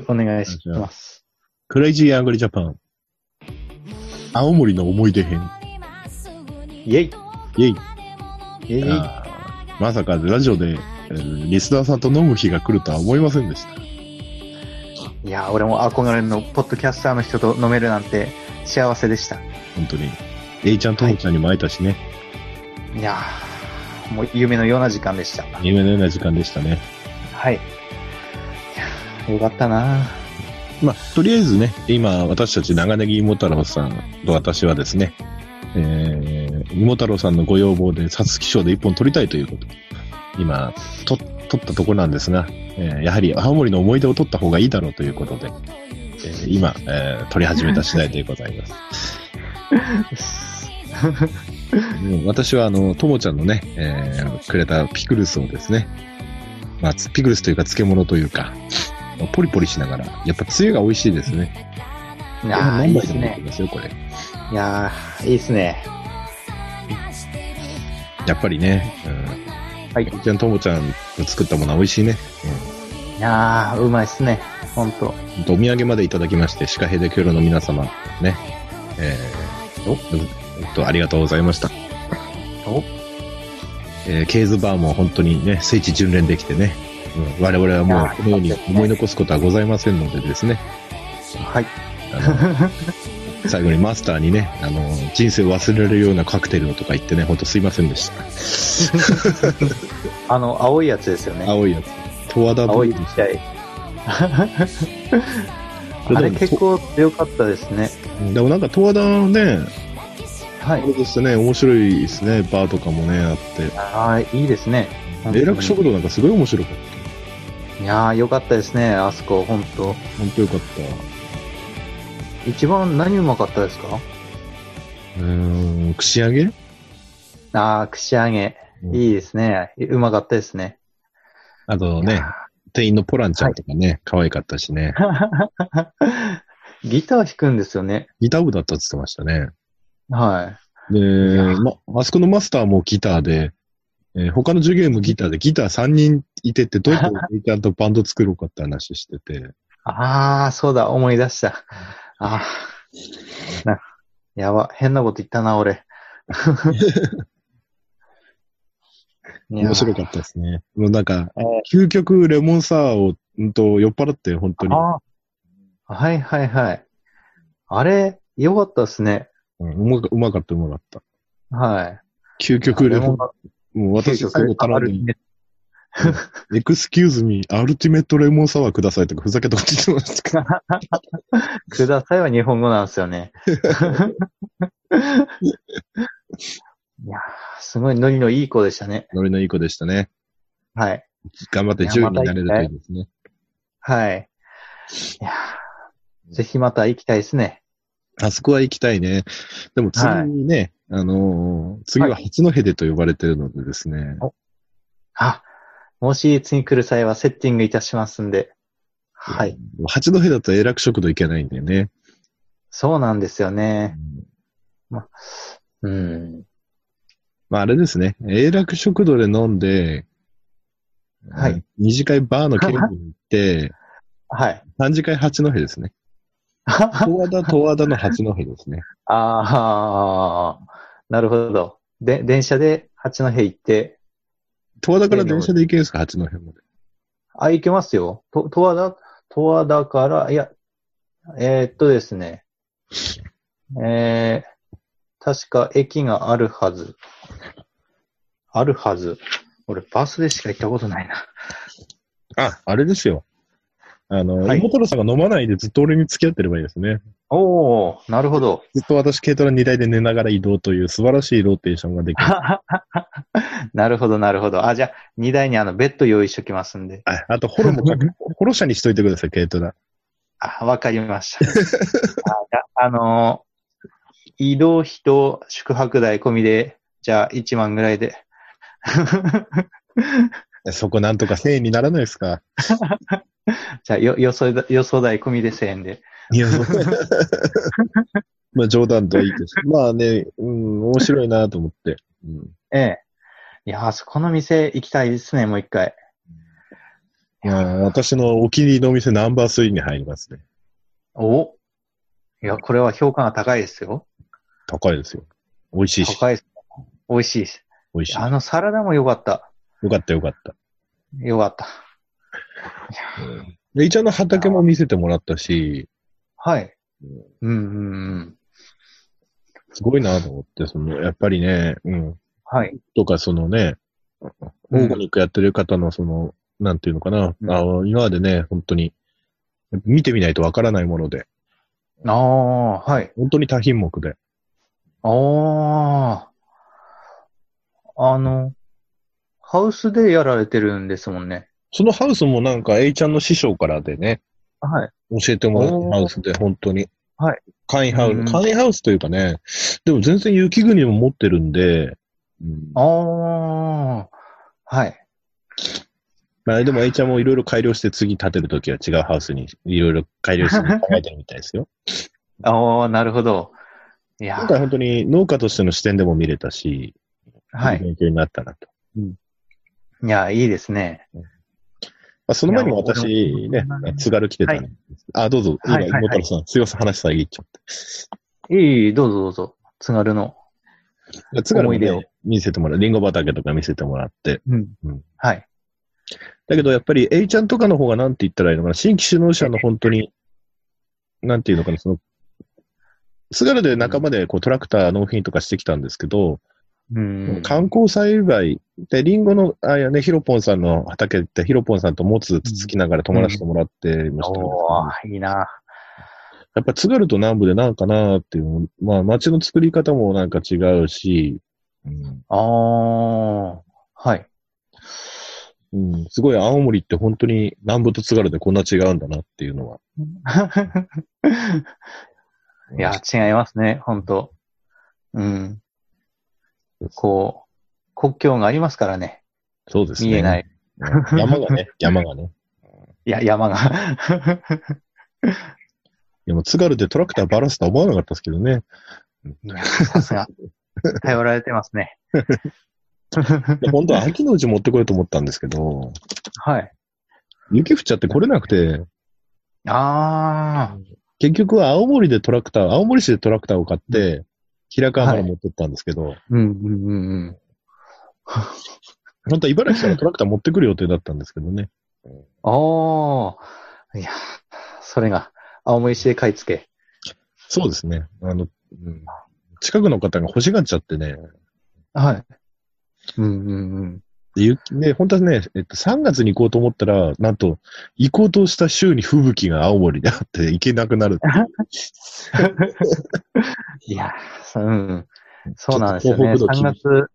くお願いします。クレイジーアングリージャパン。青森の思い出編。イェイイェイ。イェイあーまさかラジオで、えーリスナーさんと飲む日が来るとは思いませんでした。いやー、俺も憧れのポッドキャスターの人と飲めるなんて幸せでした。本当に。A ちゃんともちゃんにも会えたしね。いやー、もう夢のような時間でした。夢のような時間でしたね。はい。いやーよかったなまあ、とりあえずね、今、私たち長ネギ芋太郎さんと私はですね、えー、芋太郎さんのご要望で、サツキ賞で一本取りたいということ。今、と、取ったとこなんですが、えーやはり青森の思い出を取った方がいいだろうということで、えー今、えー取り始めた次第でございます。うん私は、あの、ともちゃんのね、えーくれたピクルスをですね、まあ、つピクルスというか漬物というか、ポリポリしながら、やっぱつゆが美味しいですね。いやー、いい何で杯すでもいけね。ますよ、これ。いやー、いいですね。やっぱりね、はうん。い。おっちゃんともちゃんの作ったものは美味しいね。いやー、うまいっすね。ほんと。うん。お土産までいただきまして、シカヘデキョロの皆様、ね。えー、お、うんえっと、ありがとうございました。おえーケーズバーも本当にね、聖地巡礼できてね、うん、我々はもうこのように思い残すことはございませんのでですね、はい。あの最後にマスターにね、あの、人生を忘れられるようなカクテルをとか言ってね、本当すいませんでした。あの、青いやつですよね。青いやつ。十和田青ブいル液ー体。あれ結構強かったですね。でもなんか十和田のね、はあれい。ですね、面白いですね、バーとかもね、あっあー、いいですね。て。永楽食堂なんかすごい面白かっいやー、よかったですね。あそこ、ほんと。た。本当よかった。一番何うまかったですかうーん、串揚げああ、串揚げ。うんいいですね。うまかったですね。あとね、店員のポランちゃんとかね、可愛かったしね。ギター弾くんですよね。ギター部だったって言ってましたね。はで、やま、あそこのマスターもギターで、えー他の授業もギターで、ギター3人いてって、どうやってギターとバンド作ろうかって話してて、い。ああ、そうだ、思い出した。ああ。なやば、変なこと言ったな、 俺。いや面白かったですね。もうなんかえー、究極レモンサワーを、うんと、酔っ払って、本当に。ああ。はいはいはい。あれ、よかったですね。うんうまかうまかった、うまかった。はい。究極レモン、もう私究最後極あ頼んでるねエクスキューズミー、アルティメットレモンサワーくださいとか、ふざけたこと言ってましたけど くださいは日本語なんですよ ね。いやーすごいノリのいい子でしたね。ノリのいい子でしたね。はい。頑張って10位になれるといいですね。はい。いやーぜひまた行きたいですね。あそこは行きたいね。でも次にね、あのー次は初のヘデと呼ばれてるのでですね、あ、もし次来る際はセッティングいたしますんで。はい。八戸だと永楽食堂行けないんだよね。そうなんですよね。うんうん。まああれですね、永楽食堂で飲んで、はいうん。二次会バーのケーキに行って、はい。三次会八戸で すね。十和田、十和田の八戸ですね。ああ、なるほど。で、電車で八戸行って、十和田から電車で行けるんですか八戸まで。あ、行けますよ。と、十和田、十和田から、いや、えーっとですね。えー、確か駅があるはず。あるはず。俺、バスでしか行ったことないな。あ、あれですよ。あの、はい妹のさんが飲まないでずっと俺に付き合ってればいいですね。おー、なるほど。ずっと私、軽トラ荷台で寝ながら移動という素晴らしいローテーションができる。 なるほど、なるほど。あ、じゃあ、荷台にあの、ベッド用意しときますんで。ああと、ホロもか け、ホロ車にしといてください、軽トラ。あ、わかりま した。あじゃあ、あのー移動費と宿泊代込みで、じゃあ1万ぐらいで。そこなんとか1000円にならないで すか。じゃあ、よ、予想だ、予想代込みで1000円で。いや、そうまあ、冗談とはいいけど。まあね、うん、面白いなと思って。うんええ。いやー、そこの店行きたいですね、もう一回。まあ私のお気に入りのお店ナンバー3に入りますね。おいや、これは評価が高いですよ。高いですよ。美味しいし、高いです。美味しいです。美味しい。あのサラダも良かった。よかったよかった。良かった。で、イチャの畑も見せてもらったし、はい。うんうんうん。すごいなと思って、その、やっぱりね、うん。はい。とか、そのね、オーガニックやってる方の、その、なんていうのかな、うんあ今までね、本当に、見てみないとわからないもので、ああ、はい。本当に多品目で。ああ。あの、ハウスでやられてるんですもんね。そのハウスもなんか、エイちゃんの師匠からでね、はい。教えてもらおっーたハウスで、本当に。はい。簡易ハウうんス、簡易ハウスというかね、でも全然雪国も持ってるんで、うん、ああ、はい。まあでも、エイちゃんもいろいろ改良して、次建てるときは違うハウスにいろいろ改良して考えてるみたいで すよ。ああ、なるほど。いや今、回本当に農家としての視点でも見れたし、はいい勉強になったなと。いや、いいですね。まあ、その前にもい私やね俺も、津軽来てたんはです、あ、どうぞ、はい今、はいはい妹太郎さん、すいません、話遮っちゃっいいいい、どうぞどうぞ。津軽の。て。津軽も、思い出をね、見せてもらう、リンゴ畑とか見せてもらって。うん。うんはい。だけどやっぱり、エイちゃんとかの方がなんて言ったらいいのかな、新規首脳者の本当に、なんていうのかな、その、津軽で仲間でこうトラクター納品とかしてきたんですけど、うん。観光栽培で、リンゴの、あいやね、ヒロポンさんの畑って、ヒロポンさんと持つつつきながら友達ともらってましたけど、おー、いいな。やっぱ津軽と南部でなんかなっていう、まあ街の作り方もなんか違うし、うんああ、はい。 うん、すごい青森って本当に南部と津軽でこんな違うんだなっていうのは。いや、違いますね、本当うん。こう、国境がありますからね。そうですね。見えない。うん。山がね、 山がね。いや、山が。でも津軽でトラクターバラすとは思わなかったですけどね。 さすが。頼られてますね。で本当は秋のうち持ってこようと思ったんですけど、はい。雪降っちゃって来れなくて、あ結局は青森でトラクター、青森市でトラクターを買って、平川まではい持ってったんですけど、ー。うん、うん、うんうん。本当は茨城からトラクター持ってくる予定だったんですけどね。おー。いや、それが、青森市で買い付け。そうですね。あの、うん近くの方が欲しがっちゃってね。はい。うん、うん、うん。で、ゆで本当はね、えっと、3月に行こうと思ったら、なんと、行こうとした週に吹雪が青森であって 行けなくなる。いや、そうん。そうなんですよちね。ょっと東3北道厳しい月、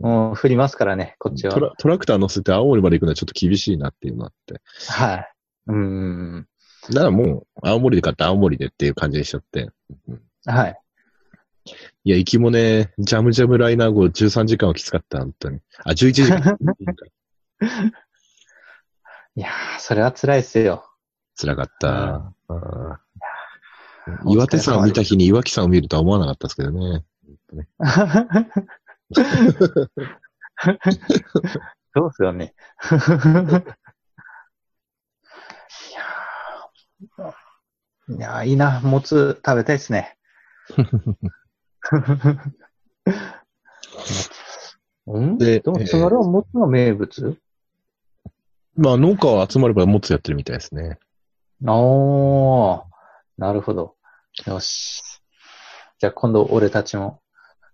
もう降りますからね、こっちトは。ラトラクター乗せて青森まで行くのはちょっと厳しいなっていうのあって。はい。うん。だからもう、青森で買った青森でっていう感じにしちゃって。はい。いや、行きもね、ジャムジャムライナー号13時間はきつかった、本当に。あ、11時 間。いやー、それは辛いですよ。辛かった。あいーや岩手山を見た日に岩木山を見るとは思わなかったですけどね。 そうっすよね。いやーいやーいいな。もつ食べたいです ね。うんででも、津軽はもつの名物まあ、農家は集まればもっとやってるみたいですね。おー、なるほど。よし。じゃあ今度俺たちも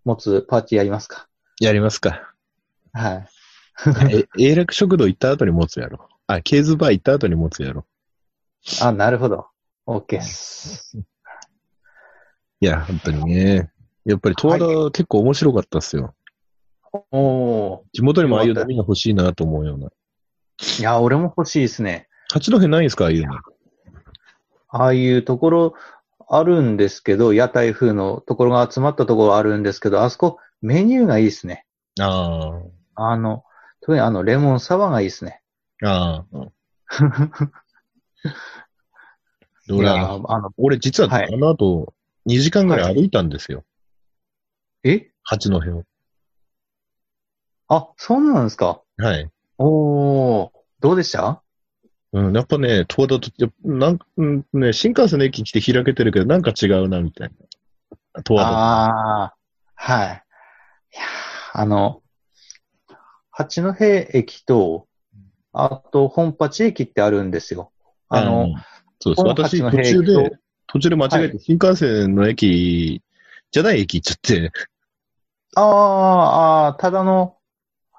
持つパーティーやりますか。やりますか。はい。え永楽食堂行った後にもつやろう。あ、ケーズバー行った後にもつやろう。あ、なるほど。OK っす。いや、本当にね。やっぱり十和田は結構面白かったっすよ。おー。地元にもああいう波が欲しいなと思うような。いや、俺も欲しいですね。八戸ないんですかああいうの。ああいうところあるんですけど、屋台風のところが集まったところあるんですけど、あそこメニューがいいですね。ああの、特にあのレモンサワーがいいですね。あ。ああ。ど いうやだーあの、俺実ははいあの後、2時間ぐらい歩いたんですよ。え八戸を。あ、そうなんですか。はい。おー。どうでしたうん、やっぱね、東田と、やっぱなんか、うんね、新幹線の駅来て開けてるけど、なんか違うな、みたいな。東田と。ああ、はい。いやーあの、八戸駅と、あと、本八駅ってあるんですよ。あの、うん、そうです。この八私、の途兵中役とで、途中で間違えはて、新幹線の駅、じゃない駅行っちゃって、ああ、ああ、ただの、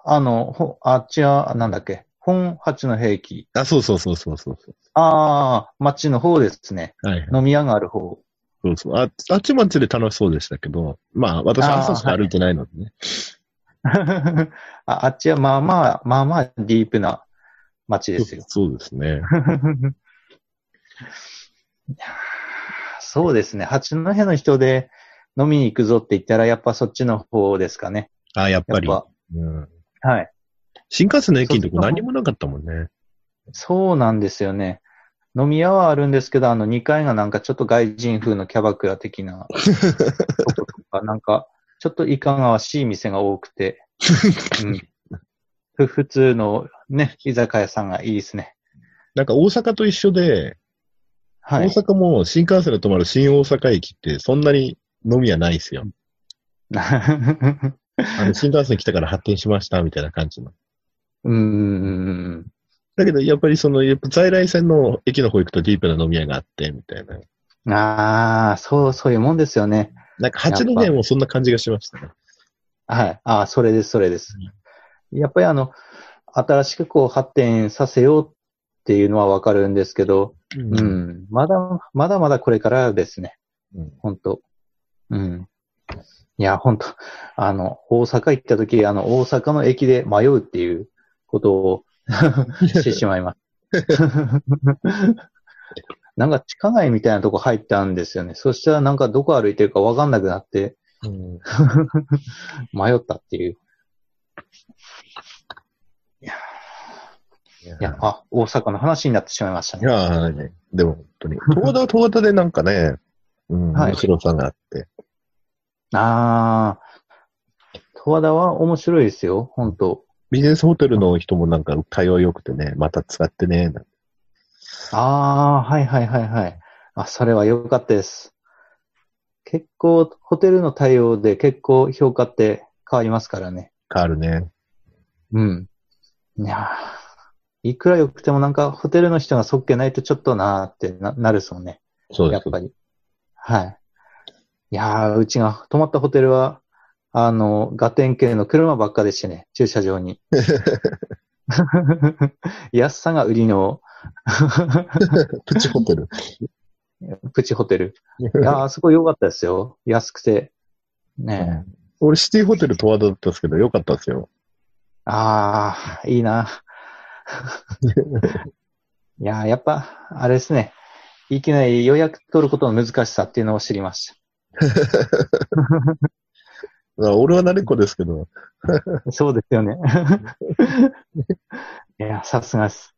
あの、ほあっちは、なんだっけ、本八の兵器。あ、そうそうそうそうそうそああ、町の方ですね。う。はい。飲み屋がある方。 そうそう。あ、あっちまっちで楽しそうでしたけど、まあ、私、あー朝しか歩いてないのでね。ああっちは、まあまあ、まあまあ、ディープな町ですよ。そうそうで すね。いやーそうですね。八戸の人で飲みに行くぞって言ったら、やっぱそっちの方ですかね。あ、やっやぱっり。ぱ。うん、はい。新幹線の駅のとこ何もなかったもんね。そうなんですよね。飲み屋はあるんですけど、あの2階がなんかちょっと外人風のキャバクラ的なとことか、なんかちょっといかがわしい店が多くて、うんふ普通のね、居酒屋さんがいいですね。なんか大阪と一緒で、はい。大阪も新幹線で止まる新大阪駅ってそんなに飲みはないですよ。あの新幹線来たから発展しましたみたいな感じの。 うーん。だけどやっぱりその、やっぱ在来線の駅の方行くとディープな飲み屋があってみたいな。ああ、そう、そういうもんですよね。なんか八戸もそんな感じがしましたね。はい。ああ、それです、それです。やっぱりあの、新しくこう発展させようっていうのはわかるんですけど、ううんん。まだ、まだまだこれからですね。うん本当うん。いや、本当あの、大阪行った時、あの、大阪の駅で迷うっていうこと をしてしまいます。 なんか地下街みたいなとこ入ったんですよね。そしたらなんかどこ歩いてるかわかんなくなってうん迷ったっていう。いやいや、あ、大阪の話になってしまいましたいね。やーねでも本当に。東田は東田でなんかね、うん、はい面白さがあって。あー。十和田は面白いですよ、本当ビジネスホテルの人もなんか対応良くてね、また使ってね、なんてああ、はいはいはいはい。あ、それは良かったです。結構、ホテルの対応で結構評価って変わりますからね。変わるね。うん。いやーいくら良くてもなんかホテルの人がそっけないとちょっとなーってななるそうね。そうでやっす。ぱり。はい。いやーうちが泊まったホテルは、あの、ガテン系の車ばっかでしてね、駐車場 に。 安さが売りのプチホ テル。プチホテル。 いやー、あそこ良かったですよ。安くて。ねえ。俺、シティホテル十和田だったんですけど、良かったですよ。ああ、いいな。 いやーやっぱ、あれですね。いきなり予約取ることの難しさっていうのを知りましあ俺は慣れっこですけど、た。そうですよね。 いや、さすが です。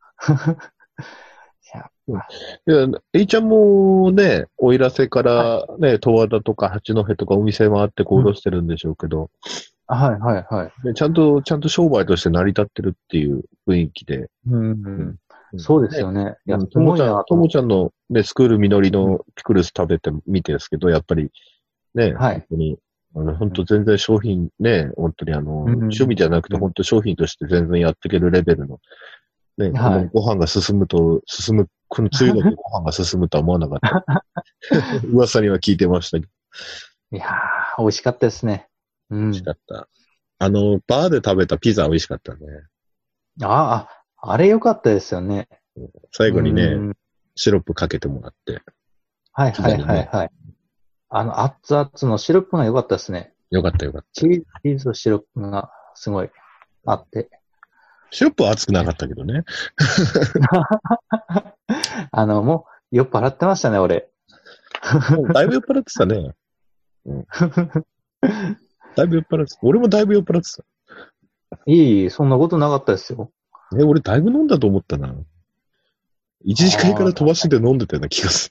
いや、えいちゃんもね、おいらせからね、十和田とか八戸とかお店回って行動してるんでしょうけど、あはいはいはい。ねちゃんと、ちゃんと商売として成り立ってるっていう雰囲気で。うん、そうですよね。いね。や、ともちすごゃいんな、ともちゃんのね、スクールみのりのピクルス食べてみてですけど、やっぱりね、はい。本当に、あの、本当全然商品ね、本当にあの、んうん趣味じゃなくて、うん本当商品として全然やっていけるレベルの、ね、はいこのご飯が進むと、進む、この梅雨の時ご飯が進むとは思わなか った。噂には聞いてましたけど、いやー美味しかったですね。うん美味。しかった。あの、バーで食べたピザ美味しかったね。ああ、あれ良かったですよね。最後にね、うんシロップかけてもらって、はいはいはいはい。あの、熱々のシロップが良かったですね。よかったよかった。チーズチーズとシロップがすごいあって。シロップは熱くなかったけどね。 あの、もう酔っ払ってましたね、俺。もうだいぶ酔っ払ってたね。 うん、だいぶ酔っ払ってた。俺もだいぶ酔っ払ってた。いい、そんなことなかったですよ。 え、俺だいぶ飲んだと思ったな。一時間から飛ばしで飲んでたような気がす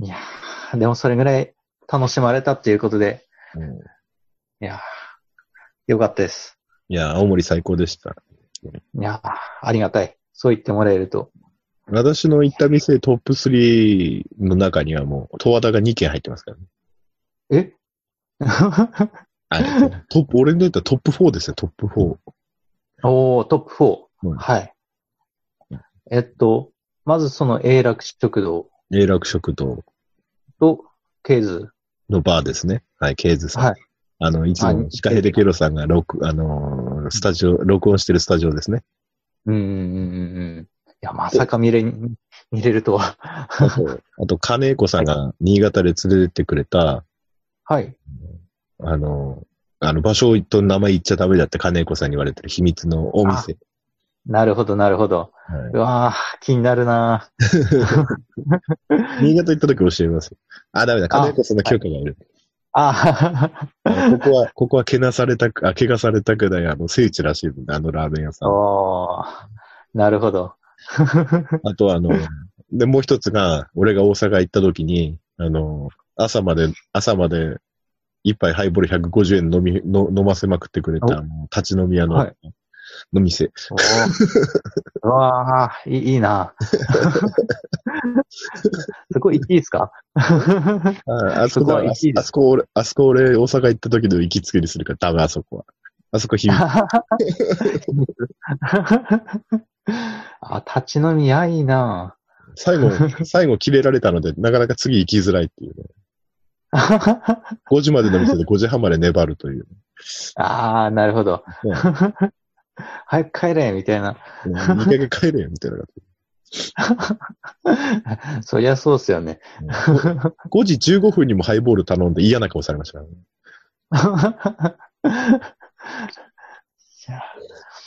いやーでもそれぐらい楽しまれたっていうことで、る。うんいやー良かったです。いや、青森最高でした。いやー、ありがたい。そう言ってもらえると。私の行った店トップ3の中にはもう、十和田が2軒入ってますからえね。あトップ、俺にとってはトップ4ですね、トップ4。おー、トップ4。うんはいうん。えっと、まずその永楽食堂永楽食堂と、ケーズ。のバーですね。はい、ケイズさん。はいあの、いつあもシカヘデケロさんが録、あのースタジオ、録音してるスタジオです ね。うんうんうんうんうん。いや、まさか見れ、見れるとは。あと、あと金子さんが新潟で連れてってくれた、はい。あのーあの、場所と名前言っちゃダメだって金子さんに言われてる秘密のお店。なるほど、なるほど。は、うわー、気になるない新潟行った時教えます。あ、ダメだ。金子さんの許可がいる。ああのここは、ここはけなされたく、あ、怪我されたくない、あの、聖地らしいので、あのラーメン屋さあ、ん。おー、なるほど。あとはあの、で、もう一つが、俺が大阪行った時に、あの、朝まで、朝まで、一杯ハイボール150円飲み、の飲ませまくってくれおた、あの立ち飲み屋の、はいの店。お ーうわー、いいいいなそこ行っていいですかああそそここはは、あ一位ですあそこ俺、あそこ俺、大阪行った時の行きつけにするから、ダメ、あそこは。あそこ秘密。あ、立ち飲み屋いいな最後、 最後切れられたので、なかなか次行きづらいっていうね。あ5時までの店で5時半まで粘るという。あ、なるほど。ね 早く帰れ、みたいな。 うん二回目帰れよ、みたいな。そりゃそうっすよね。 5時15分にもハイボール頼んで嫌な顔されましたからね。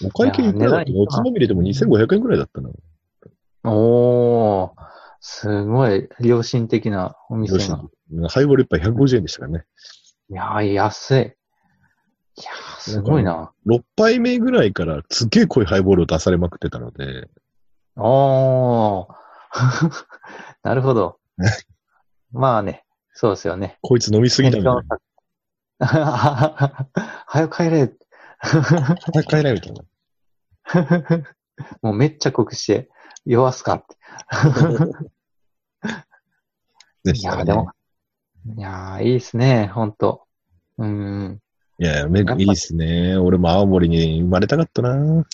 お会計いくらだったいのやおつまみ入れても2500円くらいだったな。おー、すごい良心的なお店良が心。ハイボール一杯150円でしたからね。いやー、安い。いやー、すごいな。 6杯目ぐらいからすっげえ濃いハイボールを出されまくってたので、おー。 なるほ ど。まあね、そうですよね。こいつ飲みすぎだみたいな。 早く帰れ。早く帰れみたいな。もうめっちゃ濃くして、弱すかって。 でいしたやねー、でも、いやー、いいですね、ほんと。うーん。いや、めぱいいっすね。俺も青森に生まれたかったな。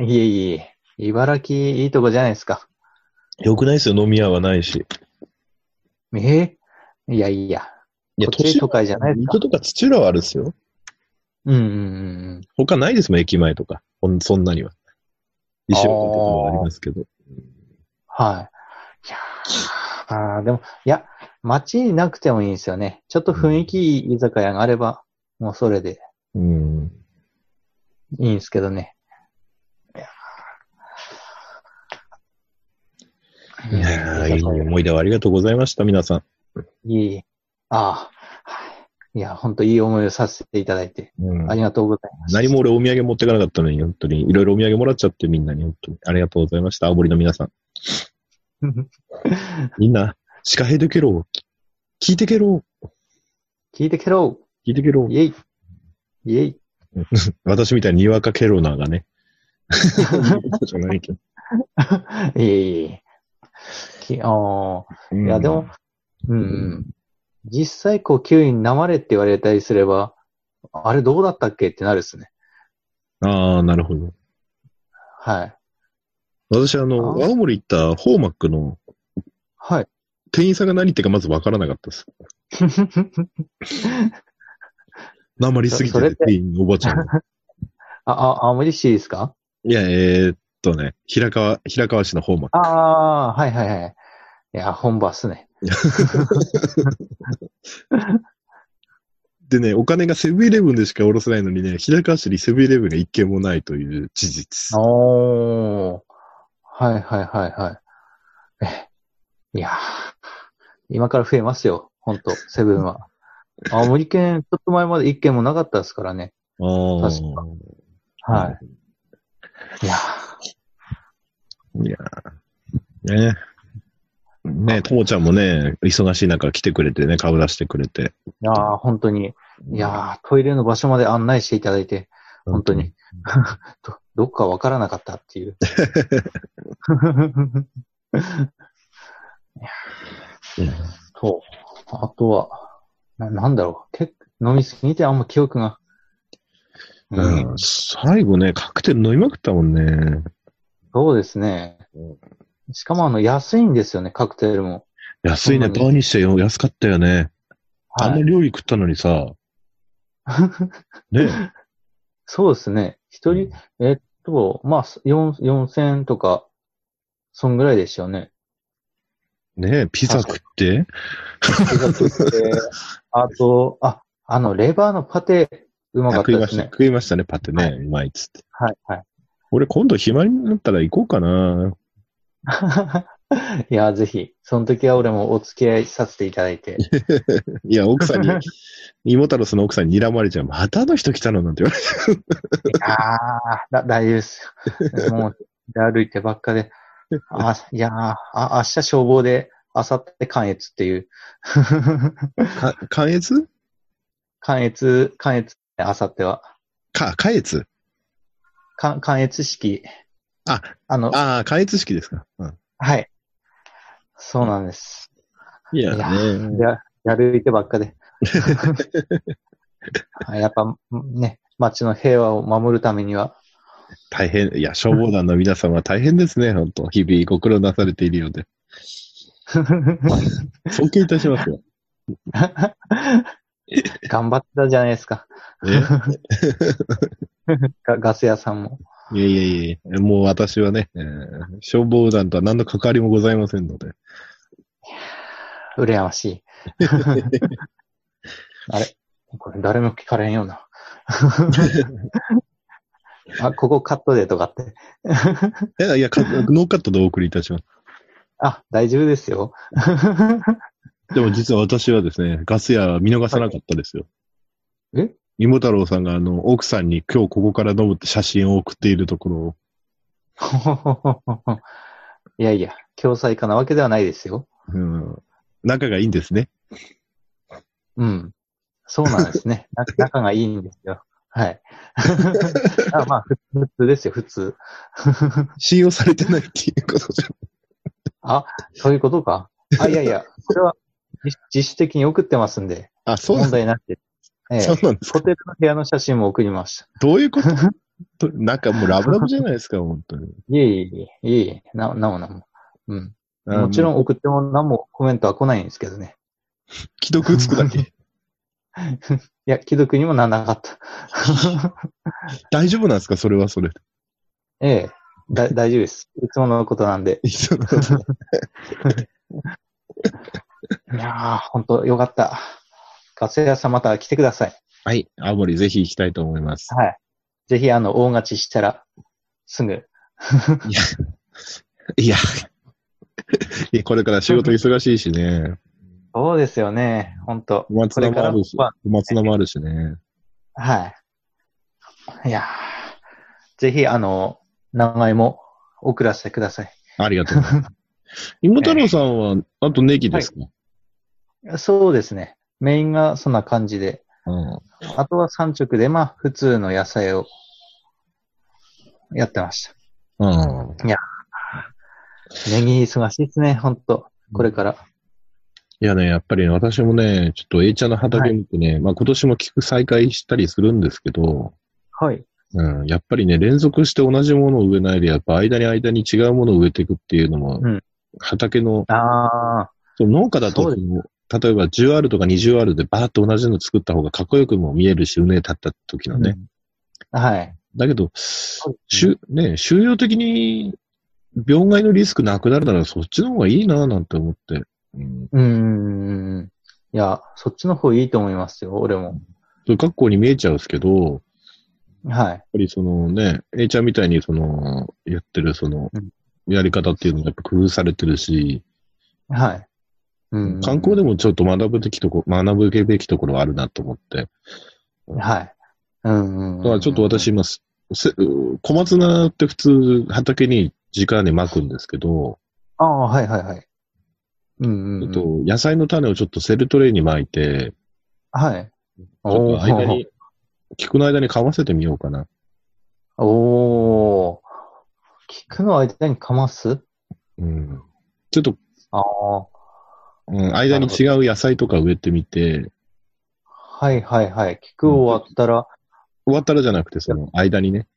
いえいえ、茨城いいとこじゃないですか。よくないっすよ、飲み屋はないし。えー、いやいや。いや、こっち都会じゃないです水か戸。とか土浦はあるっすよ。うんうんうんうん。他ないですもん、駅前とか。ほんそんなには。石岡とかはありますけど。はい。いやーあーでも、いや、街になくてもいいんですよね。ちょっと雰囲気いい居酒屋があれば、もうそれでうん。いいんですけどね。いいややーーいい思い出をありがとうございました、皆さん。いい。ああ。はいいや、本当いい思いをさせていただいて、うんありがとうございます。何も俺お土産持ってかなかったのに、本当に。いろいろお土産もらっちゃって、みんなに。本当に。ありがとうございました。青森の皆さん。みんな、シカヘデケロ聞いてけろ聞いてけろ聞いてけろイェイイェ イ私みたいににわかケロナー がね。じゃないけどいえいえいえ。きあーいや、でも、、うん、うん。実際、こう、キウイに生れって言われたりすれば、あれどうだったっけってなるっすね。うんああ、なるほど。はい。私、あの、あー青森行ったホーマックのはい。店員さんが何言ってるかまずわからなかったです。なまりすぎてそそれてって店員のおばちゃんが。あ、あ、青森市ですかいや、えーっとね、平川、平川市のホーマック。ああ、はいはいはい。いや、本場っすね。でね、お金がセブンイレブンでしかおろせないのにね、平川市にセブンイレブンが一軒もないという事実。おー。はいはいはいはい。え、いやー今から増えますよ。ほんと、セブン は。青森県、ちょっと前まで一軒もなかったですからね。ああ。確はい。いやい。いやーね。ね、ともちゃんもね、忙しい中来てくれてね、顔出してくれて。ー、いやー本当に、いやートイレの場所まで案内していただいて、本当に、と どっかわからなかったって いう。そう。あとは、ななんだろう。結構飲みすぎてあんま記憶が。うん。最後ね、カクテル飲みまくったもんね。そうですね。しかもあの、安いんですよね、カクテルも。安いそね、うなんですバーにしてよ、安かったよね。あんは、ない料理食ったのにさ。 ねそうですね。一人、えっと、まあ、四4000とか、そんぐらいでしたよね。ねピザ食ってピザ食って、あと、あ、あの、レバーのパテ、うまあかった食いでましすた、ね。食いましたね、パってね、うまいっつって。はい、はい。俺今度暇になったら行こうかな。いや、ぜひ、その時は俺もお付き合いさせていただいて。いや、奥さ んに、妹太郎その奥さんに睨まれちゃう。またあの人来たのなんて言われて。ああ、だ、大丈夫ですよ。もう、出歩いてばっかで。あ、いやーあ、明日消防で、明後日関越っていう。か、関越関越、関越、明後日は。か、関越関、関越式。あ、あの、ああ、関越式ですか。うん。はい。そうなんです。いやいやね。や、やるいてばっか で。やっぱ、ね、町の平和を守るためには、大変、いや、消防団の皆様は大変ですね、本当日々ご苦労なされているよ うで。尊敬いたしま すよ。頑張ってたじゃないですか。ね、ガガス屋さんも。いやいやいや、もう私はね、えー消防団とは何の関わりもございません ので。羨ましい。あれこれ誰も聞かれんよう な。あ、ここカットでとかって。いや、いや、カノーカットでお送りいたします。あ、大丈夫ですよ。 でも実は私はですね、ガス屋見逃さなかったですよ。はいえ芋太郎さんがあの、奥さんに今日ここから飲むって写真を送っているところを、いや いや、共済化なわけではないですよ。うん、仲がいいんですね。うん。そうなんです ね。な仲がいいんですよ。はい。 あまあ、ふ普通ですよ、普通。信用されてないっていうことじゃ。あ、そういうことか。あ、いやいや、これは自自主的に送ってますんで、あ、そうなん問だ。題なくて。ええそうなんですホか。テルの部屋の写真も送りました。どういうこととなんかもうラブラブじゃないですか、本当に。いえいえいえ、いえいえ、な、なもなも。うん。あもちろもうん送っても何もコメントは来ないんですけどね。既読つく だけ。いや、既読にもなんなかった。大丈夫なんですかそれはそれ。 ええ、だ、大丈夫です。いつものことなんで。いつものいやー、ほんとよかった。ガス屋さんまた来てください。はい。青森ぜひ行きたいと思います。はい。ぜひ、あの、大勝ちしたら、すぐ。いや。 いやこれから仕事忙しいしね。そうですよね。ほんと。小松菜もあるし、これから小松菜もあるしね。はい。いやー、ぜひ、あの、名前も送らせてください。ありがとうご ざいます。妹太郎さんは、あとネギですか、そうですね。メインがそんな感じで。うん。あとは産直で、まあ、普通の野菜をやってましうん。た。ネギ忙しいですね、ほんと。これから。いやね、やっぱり私もね、ちょっと A ちゃんの畑見てね、まあ今年も菊再開したりするんですけど、はい。うん、やっぱりね、連続して同じものを植えないで、やっぱ間に間に違うものを植えていくっていうのも、うん畑の、あそう農家だそとそうでの、例えば 10R とか 20R でバーッと同じの作った方がかっこよくも見えるし、畝立った時ー。のね。はい。だけど、うしゅね、収容的に病害のリスクなくなるならそっちの方がいいなぁなんて思って。うん、うーん。いや、そっちの方いいと思いますよ、俺も。そういう格好に見えちゃうんですけど、やっはい。ぱりそのね、A ちゃんみたいにその、やってるそのうん、やり方っていうのもやっぱ工夫されてるし、はい。うん。観光でもちょっと学ぶべきとこ、学ぶべきところはあるなと思って。はい。うん。だからちょっと私。今、せ小松菜って普通畑に直で巻くんですけど、ああ、はいはいはい。うん、ちうょっん。と野菜の種をちょっとセルトレイに巻いて、はい。ちょっと間おー に、菊の間にかわせてみようかな。おー。聞くの間にかますうん。ちょっと、ああ。うん、間に違う野菜とか植えてみて、はいはいはい。聞く終わったら、終わったらじゃなくて、その間にね、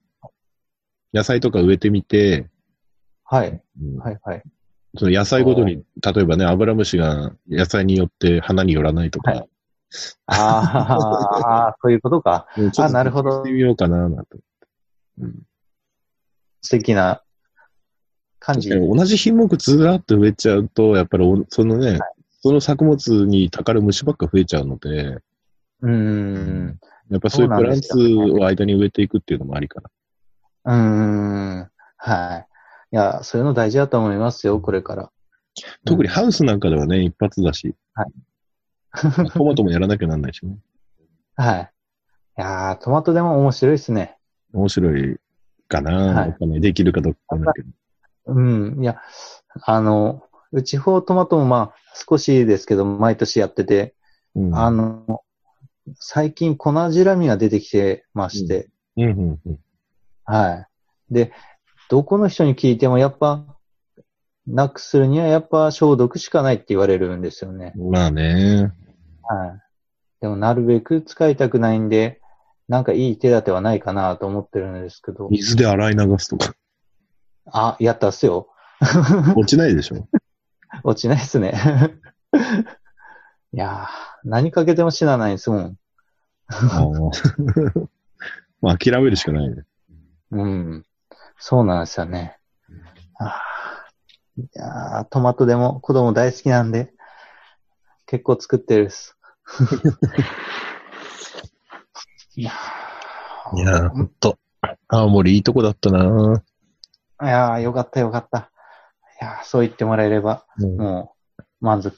野菜とか植えてみて、はい、うんはいはい。その野菜ごとに、例えばね、アブラムシが野菜によって花によらないとか、は ああ、そういうことか。うんちょっとなるほどしてみようかな、なんて。うん素敵な感じ。同じ品目ずらっと植えちゃうと、やっぱりおそのね、その作物にたかる虫ばっか増えちゃうので、うーん。やっぱそういうプランツを間に植えていくっていうのもありかうーな。ん。はい。いや、そういうの大事だと思いますよ、これから。特にハウスなんかではね、一発だし、、はいトマトもやらなきゃなんないしね。はい。いやートマトでも面白いですね。面白いかな、はいわかんないできるかどうかわかんないけど。うん。いや、あの、うちほうトマトもまあ、少しですけど、毎年やってて、うんあの、最近粉じらみが出てきてまして、うんうんうんはい。で、どこの人に聞いてもやっぱ、なくするにはやっぱ消毒しかないって言われるんですよね。まあね。はい。でもなるべく使いたくないんで、なんかいい手立てはないかなと思ってるんですけど。水で洗い流す とか。あ、やったっすよ。落ちないでしょ。落ちないですね。 いやー、何かけても死なないですもん。あー まあ諦めるしかないね。うん。そうなんですよね。あーいやー、トマトでも子供大好きなんで、結構作ってるっ す。いやいやー、ほんと。青森いいとこだったな、ー、いやーよかったよかった。いやー、そう言ってもらえれば、もう、満 足。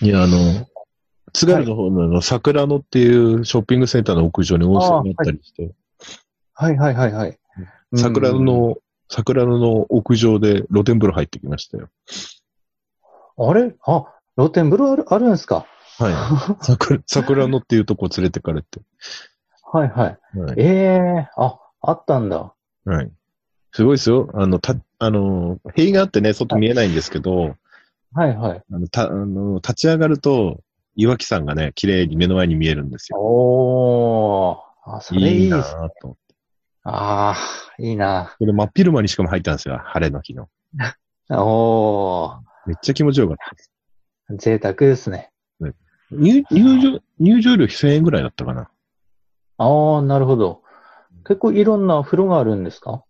いや、あの、津軽の方のあの桜野っていうショッピングセンターの屋上に温泉があったりして、はいはいはいはい。桜野うんの、桜野の屋上で露天風呂入ってきましたよ。あれあ、露天風呂ある、あるんですか はい。桜桜野っていうとこ連れてかれて。はいはい。はい。ええあ、あったんだ。はい、すごいですよ。あの、た、あの、塀があってね、外見えないんですけど、はいはい。あの、た、あの、立ち上がると、岩木山がね、綺麗に目の前に見えるんですよ。おー。あ、それいいいいなでぁす。と思って。ああ、いいな。これ真っ昼間にしかも入ったんですよ。晴れの日の。おー。めっちゃ気持ちよかった。贅沢ですね。入入場、入場料1000円ぐらいだったかな。ああ、なるほど。結構いろんな風呂があるんですか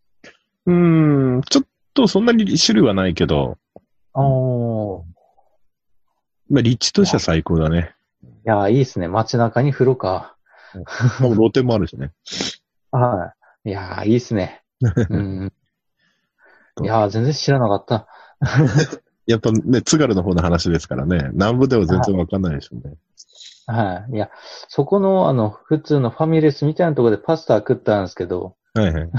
うーん、ちょっとそんなに種類はないけど、あー。まあ、立地としては最高だね。 いやー、いいですね。街中に風呂か。まあ露店もあるしね。はい。いやー、いいですね。うん。 いやー、全然知らなかった。やっぱね、津軽の方の話ですからね、南部では全然わかんないでしょうね。はい。いや、そこの、あの、普通のファミレスみたいなところでパスタ食ったんですけど、はいはい。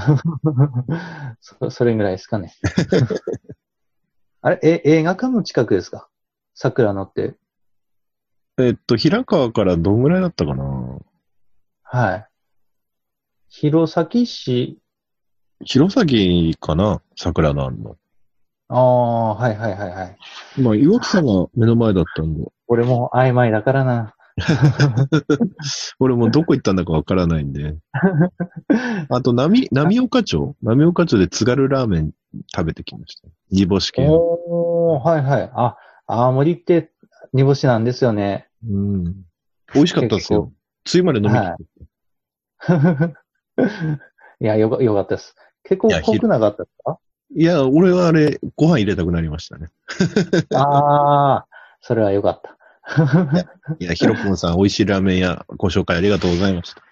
そそれぐらいですかね。 あれ、え、映画館の近くですか桜野って。えっと、平川からどんぐらいだったかなはい。弘前市、弘前かな桜のあるの。ああ、はいはいはいはい。まあ、岩木さんが目の前だったんで、俺も曖昧だからな。 俺もどこ行ったんだかわからないんで。 あと、波、波岡町波岡町で津軽ラーメン食べてきました。煮干し系の。おー、はいはい。あ、青森って煮干しなんですよね。 うん。美味しかったですよ。ついまで飲み切って。はいいや、よか、よかったです。結構いや濃くなかったですかい、や、俺はあれ、ご飯入れたくなりましたね。ああ、それはよかった。いや、ひろぽんさん、美味しいラーメン屋、ご紹介ありがとうございました。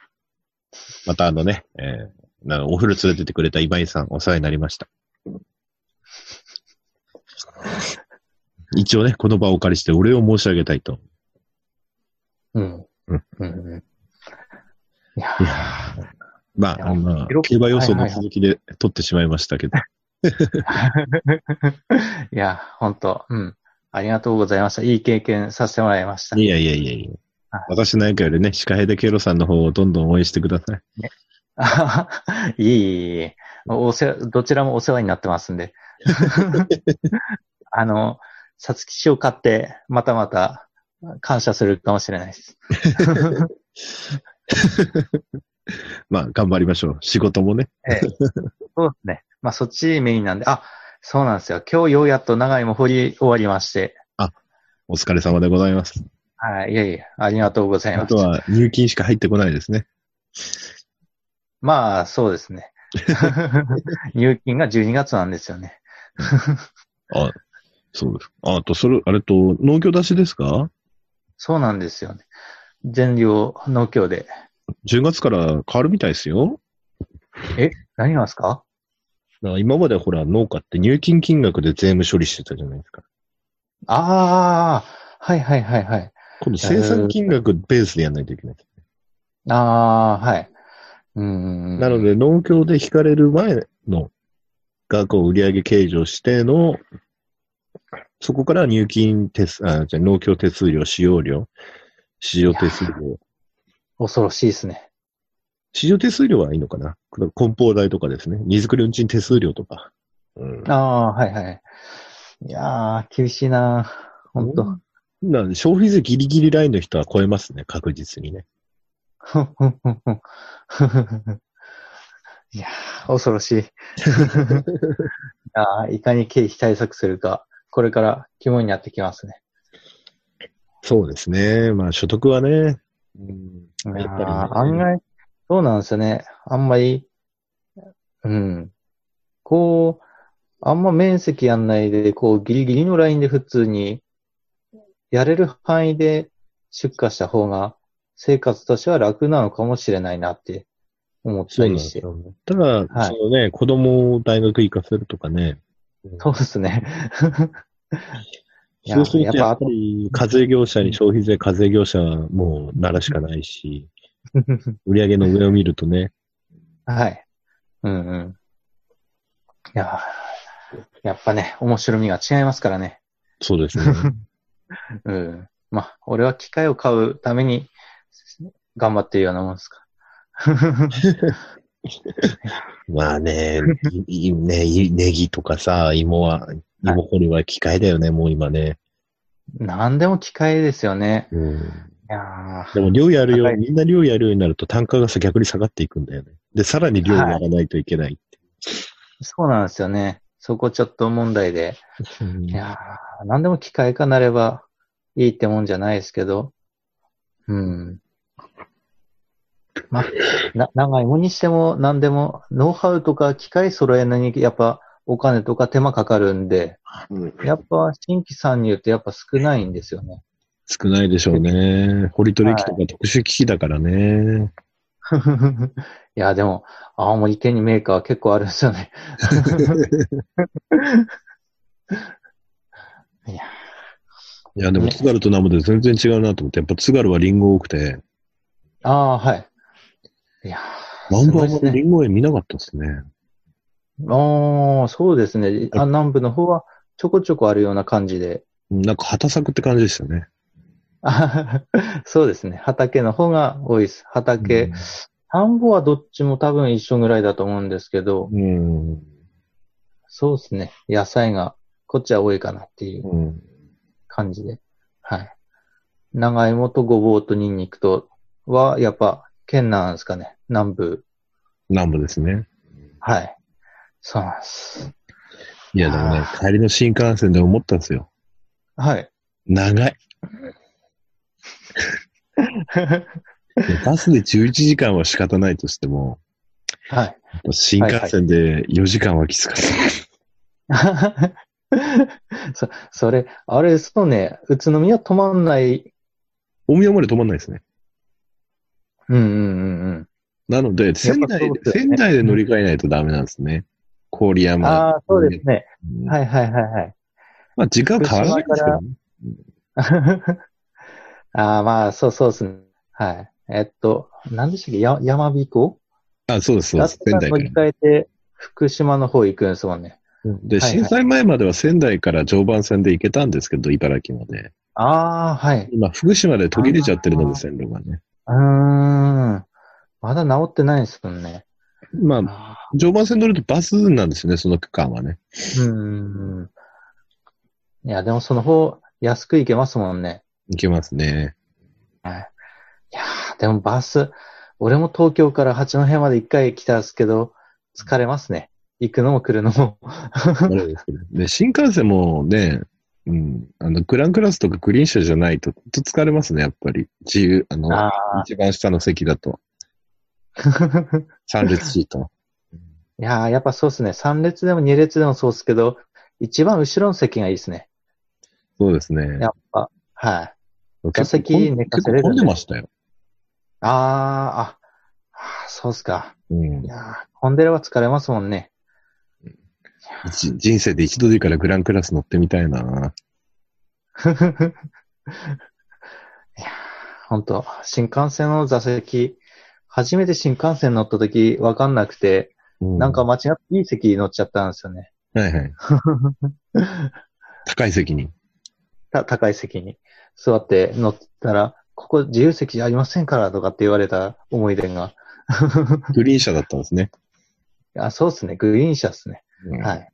またあのね、えーなんかお風呂連れてってくれた今井さん、お世話になりました。一応ね、この場をお借りしてお礼を申し上げたいと。うん。うんうんうん。いやいやーまあ、あのまあひろぽん競馬予想の続きで取ってしまいました けど。ー、いや、本当うん。ありがとうございました。いい経験させてもらいました。いやいやいやいやはい。私なんかよりね、鹿平でケイロさんの方をどんどん応援してください。あは はいえいえいえ。お世話、どちらもお世話になってますんで。 あの、さつき師を買って、またまた感謝するかもしれないです。まあ、頑張りましょう。仕事もね。そうですね。まあ、そっちメインなんで、あ、そうなんですよ。今日ようやっと長いも掘り終わりまして。お疲れ様でございます。はい、いえいえ、ありがとうございあまとす。は、入金しか入ってこないですね。まあ、そうです ね。入金が12月なんですよね。あ、そうです。ああと、それ、あれと、農協出しですかそうなんですよね。全量農協で。 10月から変わるみたいですよ。何がですかだから今までほら、農家って入金金額で税務処理してたじゃないですか。ああ、はいはいはいはい。今度生産金額ベースでやらないといけない。ああ、はい。うん。なので、農協で引かれる前の額を売上計上しての、そこから入金手数、あ、じゃあ農協手数料、使用料、市場手数料。恐ろしいですね。市場手数料はいいのかな梱包代とかですね。荷造り運賃手数料とか。うん。ああー、はいはい。いやー、厳しいなー。ほんと。なんで消費税ギリギリラインの人は超えますね、確実にね。ふんふんふんふんふんふんふん いやー、恐ろし い。いやーいかに経費対策するか、これから肝になってきますね。そうですね。まあ、所得はね。うんいややっぱりねー案外、そうなんですよね。あんまり、うん。こう、あんま面積やんないで、こう、ギリギリのラインで普通に、やれる範囲で出荷した方が、生活としては楽なのかもしれないなって思ったそうなんりでして。すよね。ただ、はいそのね、子供を大学行かせるとかね。そうですね。 いやそうするとややっっぱぱり課税業者に消費税課税業者はもうならしかない し、売上の上を見るとね、はい。うんうん。いやーやっぱね、面白みが違いますからね。そうですね。 うん。まあ、俺は機械を買うために頑張ってるようなもんですか。まあね、いいね、いネギとかさ、芋は、芋掘りは機械だよね、もう今ね。何でも機械ですよね。うん、いやーでも量やるよ、はいうみんな量やるようになると単価がさ逆に下がっていくんだよね。で、さらに量をやらないといけない。そうなんですよね。そこちょっと問題で。うんいやー何でも機械化なればいいってもんじゃないですけど。うん。まあ、な、長いもにしても何でも、ノウハウとか機械揃えるのにやっぱお金とか手間かかるんで、やっぱ新規参入ってやっぱ少ないんですよね。少ないでしょうね。掘り取り機とか特殊機器だからね。 いや、でも、青森県にメーカーは結構あるんですよね。いや、でもね津軽と生で全然違うなと思って、やっぱ津軽はリンゴ多くて、ああ、はい。いやー、南す部ごはいあでますね。りリンゴ園見なかったですね。ああ、そうですね。あ南部の方はちょこちょこあるような感じで。 なんか畑作って感じでしたね。あははそうですね。畑の方が多いです。う畑ん。田んぼはどっちも多分一緒ぐらいだと思うんですけど、うん。そうですね。野菜がこっちは多いかなっていううん。感じで。はい。長芋とごぼうとニンニクとは、やっぱ、県なんですかね。南部。南部ですね。はい。そうなんです。いや、でもねあ、帰りの新幹線で思ったんですよ。はい。長い。いやバスで11時間は仕方ないとしても、 はい。 新幹線で4時間はきつかった。そ、それ、あれ、そうね、宇都宮止まんない。大宮まで止まんないですね。うんうんうんうん。なので、仙やっぱ台そうですよね仙台で乗り換えないとダメなんですね。郡山。ああ、そうですね。うんはいはいはいはい。 まあ、時間変わらないんですけどね。ああ、まあ、そうそうですね。はい。えっと、何でしたっけや、山彦あ、そうです、そうでラすス。仙ト台乗かりら。換えて、福島の方行くんですもんね。で、はいはい震災前までは仙台から常磐線で行けたんですけど、茨城まで。ああ、はい。今、福島で途切れちゃってるので、線路がね。うーん。あまだ治ってないですもんね。まあ、常磐線乗るとバスなんですよね、その区間はね。うんうん。いや、でもその方、安く行けますもんね。行けますね。はい。いやーでもバス、俺も東京から八戸まで一回来たんですけど、疲れますね。行くのも来るのも。 あれですけどで、新幹線もね、うん、あの、グランクラスとかグリーン車じゃないと、ほんと疲れますね、やっぱり。自由、あの、あ一番下の席だと。三列シー ト。いやーやっぱそうですね。3列でも2列でもそうですけど、一番後ろの席がいいですね。そうですね。やっぱ。はい。座席結構寝かせれるんで結構混んでましたよ。あーあ、あーそうっすか。うんい。やー混んでれば疲れますもんね。一人生で一度でいいからグランクラス乗ってみたいな。いやーほんと、新幹線の座席、初めて新幹線乗った時わかんなくて、うなんか、間違っていい席乗っちゃったんですよね。はいはい。高い席に。た 高い席に座って乗ったら、ここ自由席じゃありませんからとかって言われた思い出が。グリーン車だったんですね。あ、そうっすね。グリーン車っすね。うんはい。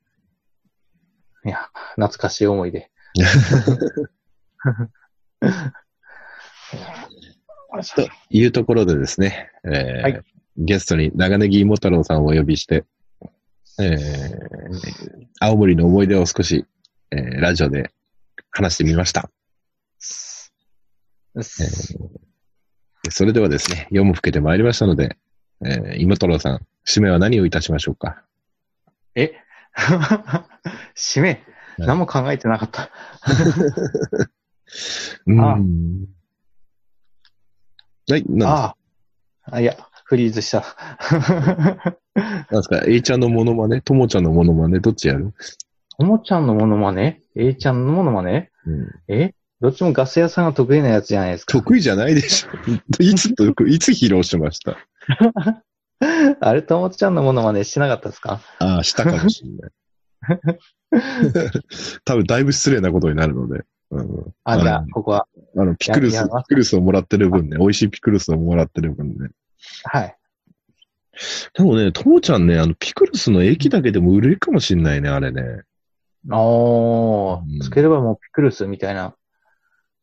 いや、懐かしい思い出。というところでですね、えーはいゲストに長ネギ芋太郎さんをお呼びして、えー青森の思い出を少し、えーラジオで話してみました。うっすそれではですね、夜も更けてまいりましたので、えー、芋太郎さん、締めは何をいたしましょうか。え 締めい何も考えてなかった。うーんあはい、なんあああ。いや、フリーズ した。ですなんですか ?A ちゃんのモノマネともちゃんのモノマネどっちやる、ともちゃんのモノマネ ?A ちゃんのモノマネうん、えどっちもガス屋さんが得意なやつじゃないですか。得意じゃないでしょ。 いつと、いつ披露してました あれ、ともちゃんのモノマネしてなかったですかああ、したかもしれ ない。多分だいぶ失礼なことになるので。うん、あ、じゃうあん、ここは。あの、ピクルいやス、いピやクルスをもらってる分ね、美味しいピクルスをもらってる分ね。はい。でもね、ともちゃんね、あの、ピクルスの液だけでも売れるかもしれないね、あれね。おうんー、つければもうピクルスみたい な。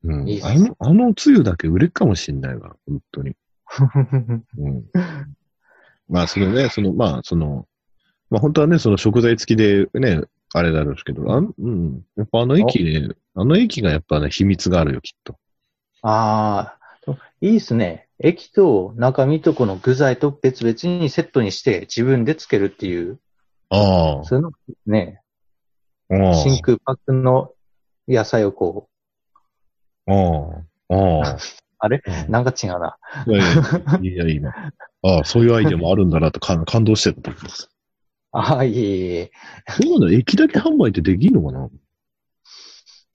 うん。いいですあの、あのつゆだけ売れるかもしれないわ、本当に。 うん。まあ、そのね、その、まあ、その、まあ、本当はね、その食材付きでね、あれなんですけど、あんうん。やっぱあの液ね、あの液がやっぱね、秘密があるよ、きっと。ああ、いいっすね。液と中身とこの具材と別々にセットにして自分でつけるっていう、あそういうのがいいですね、あ。ああ。真空パックの野菜をこああ。ああ。あれうんう、なんか違うな。いやいや、いいねいいね。ああ、そういうアイデアもあるんだなと感感動してたと思います。ああ、いえいえ。そうなんだ、液だけ販売ってできんのかなあ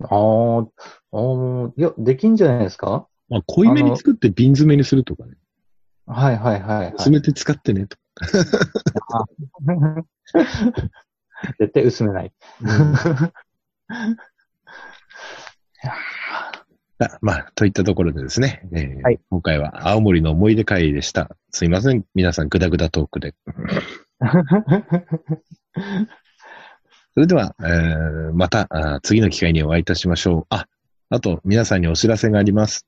ーあー、いや、できんじゃないですかまあ、濃いめに作って瓶詰めにするとかね。はいはいはい、はい。詰めて使ってね、とか。 絶対薄めない。 あまあ、といったところでですね、えーはい今回は青森の思い出会でした。すいません、皆さん、グダグダトークで。それでは、えーまたあー次の機会にお会いいたしましょう。あ、あと皆さんにお知らせがあります。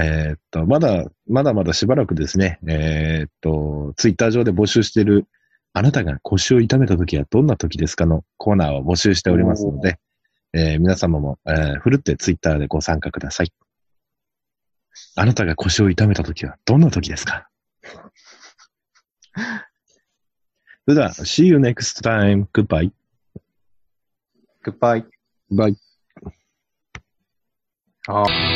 えーっと、まだ、まだまだしばらくですね、えーっと、ツイッター上で募集している、あなたが腰を痛めた時はどんな時ですかのコーナーを募集しておりますので、えー皆様も、えーふるってツイッターでご参加ください。あなたが腰を痛めた時はどんな時ですかそれでは、see you next time. Goodbye. Goodbye. Bye. あー